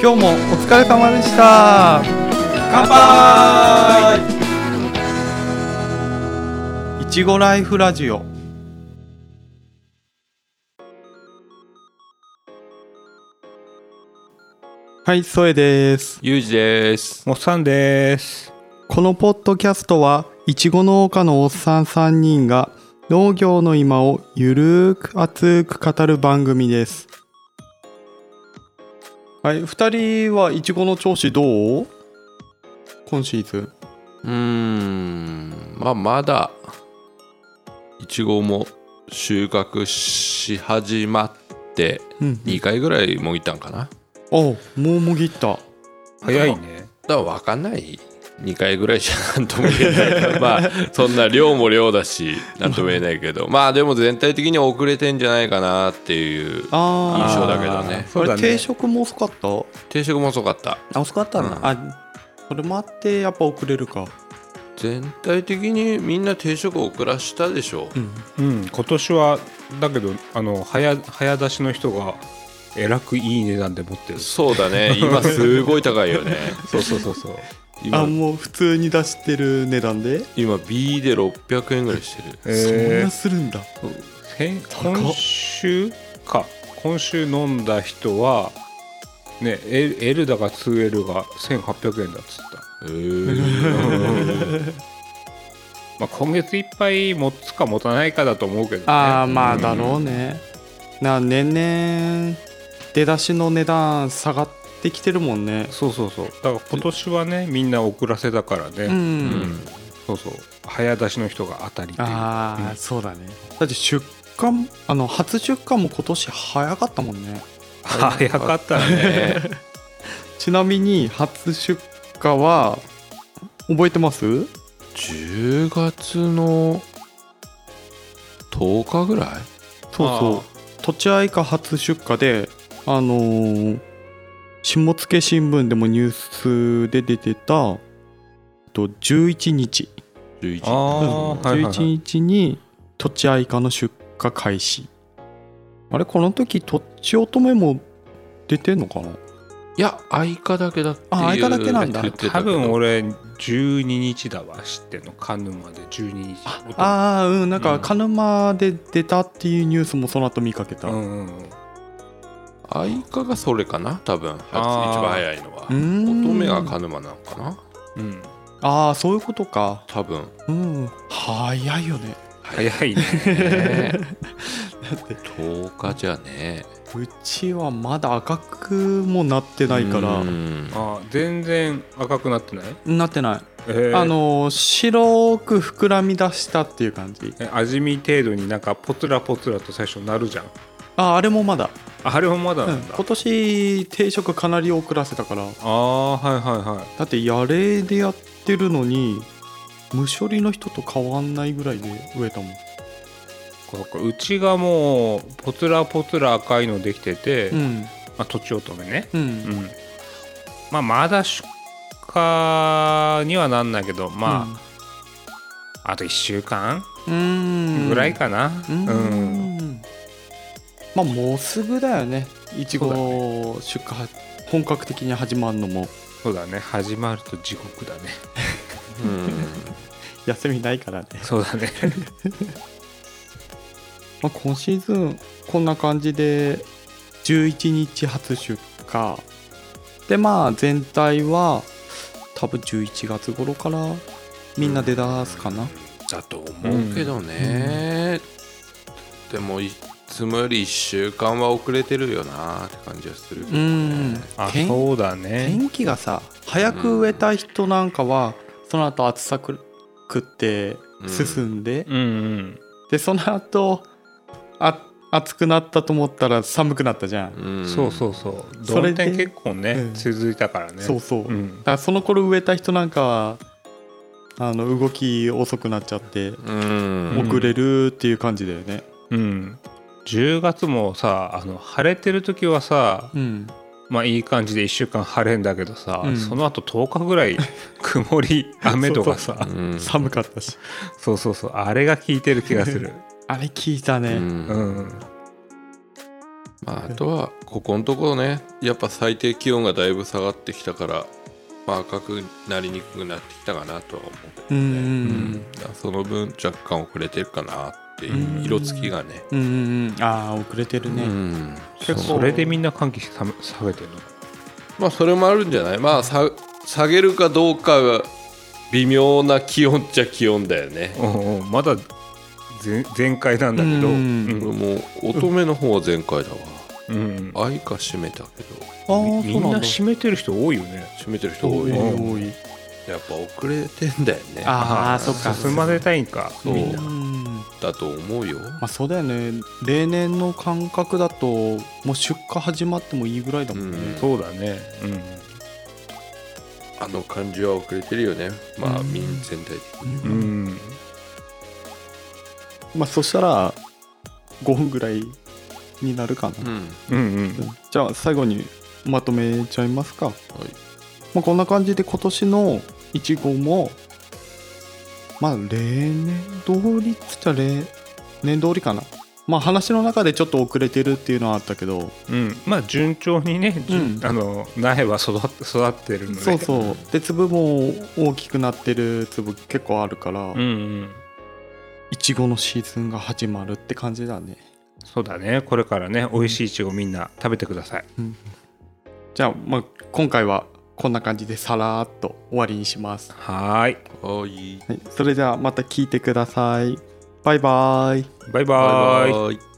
今日もお疲れ様でした乾杯いちごライフラジオはい、ソエですゆうじですもっさんです。このポッドキャストはいちご農家のおっさん3人が農業の今をゆるーく熱く語る番組ですはい2人はいちごの調子どう今シーズンうーんまあまだいちごも収穫し始まってうん2回ぐらいもぎったんかなあもうもぎった早いね。だから分かんない2回ぐらいじゃなんとも言えないからまあそんな量も量だしなんとも言えないけ どまあでも全体的には遅れてんじゃないかなっていうあ印ー象だけどねあーあそうれだね。定食も遅かった定食も遅かったあ遅かったな。あそれもあってやっぱ遅れるか全体的にみんな定食遅らしたでしょうんうん、今年はだけどあの早早出しの人がえらくいい値段で持ってる。そうだね今すごい高いよねそうそうそうそう。あ今もう普通に出してる値段で今 B で600円ぐらいしてるそんえなするんだーへん今週か今週飲んだ人はね L, L だか 2L が1800円だっつった。えーまあ今月いっぱい持つか持たないかだと思うけどね。ああまあだろうね、な年々出だしの値段下がってきてるもんねそうそうそう。だから今年はねみんな遅らせだからね。うん、うんそうそう早出しの人が当たりっていうああ、そうだねだって出荷もあの初出荷も今年早かったもんね早かったねちなみに初出荷は覚えてます10月の10日ぐらいそうそうとちあいか初出荷であのー下野新聞でもニュースで出てたえっと11日11日 あーうんはいはいはい11日にとちあいかの出荷開始あれこの時とちおとめも出てんのかないや相方だけだっていうあ相方だけなんだ言ってたけど多分俺12日だわ知ってんのカヌーまで12日あああうんなんうかん鹿沼で出たっていうニュースもその後見かけたううんうんうん相方がそれかな多分初一あー番早いのはーん乙女が鹿沼なのかなうんああそういうことか多分うん早いよね早いねね10日じゃねうちはまだ赤くもなってえないからうんあー全然赤くなってないなってない、えーあのー白く膨らみ出したっていう感じえ味見程度になんかポツラポツラと最初なるじゃんああれもまだあれもまだうなんんだ、今年定食かなり遅らせたからああはいはいはいだってやれでやってるのに無処理の人と変わんないぐらいで植えたもんそっかうちがもうポツラポツラ赤いのできてて、うまんあ、とちおとめねうん、うんまあまだ出荷にはなんないけどまあ、あと1週間うんぐらいかなううんん、まあもうすぐだよねいちそうだご出荷は本格的に始まるのもそうだね始まると地獄だね休みないからね、そうだねまあ、今シーズンこんな感じで11日初出荷でまあ全体は多分11月頃からみんな出だすかな、だと思うけどね、でもいつもより1週間は遅れてるよなって感じはするけどうんね、あ天そうだね天気がさ早く植えた人なんかはその後暑さく食って進んで、うんうんでその後あ暑くなったと思ったら寒くなったじゃん、うんそうそうそうそそれれでで結構ね、うん続いたからねそうそう、だん、からその頃植えた人なんかはあの動き遅くなっちゃってうん遅れるっていう感じだよねうん、10月もさあの晴れてる時はさうん、まあいい感じで1週間晴れんだけどさ、うんその後10日ぐらい 曇り雨とかさうん寒かったしそうそうそうあれが効いてる気がするあれ聞いたね、うんうんまあ、あとはここのところねやっぱ最低気温がだいぶ下がってきたから、まあ、赤くなりにくくなってきたかなとは思うんうう、んだからその分若干遅れてるかなってういんう色付きがね、うんうんうんああ遅れてるね、うん結構そうそれでみんな歓喜下げ下げてるのまあそれもあるんじゃないまあさ下げるかどうかが微妙な気温っちゃ気温だよね、うんうんまだ全全開なんだけど、ううんん俺も乙女の方は全開だわ、うん愛か締めたけあどあそうなんだみんな閉めてる人多いよね締めてる人多多いいね多いやっぱ遅れてんだよねああそっか進ませたいんかそうみんなうんだと思うよまあそうだよね例年の感覚だともう出荷始まってもいいぐらいだもんね、うんそうだねうんあの感じは遅れてるよねまあうん民全体的にうんまあそしたら5分ぐらいになるかな、うんうんうんじゃあ最後にまとめちゃいますか、はいまあ、こんな感じで今年のいちごもまあ例年通りっつったら例年通りかなまあ話の中でちょっと遅れてるっていうのはあったけどうんまあ順調にね、じゅうんあの苗は育って育ってるのでそうそう で粒も大きくなってる粒結構あるからうんうんいちごのシーズンが始まるって感じだねそうだねこれからね美味しいイチゴみんな食べてくださいじゃあまあ今回はこんな感じでさらーっと終わりにします、はーいはいはい、それじゃあまた聞いてくださいバイバーイバイバーイバイバイ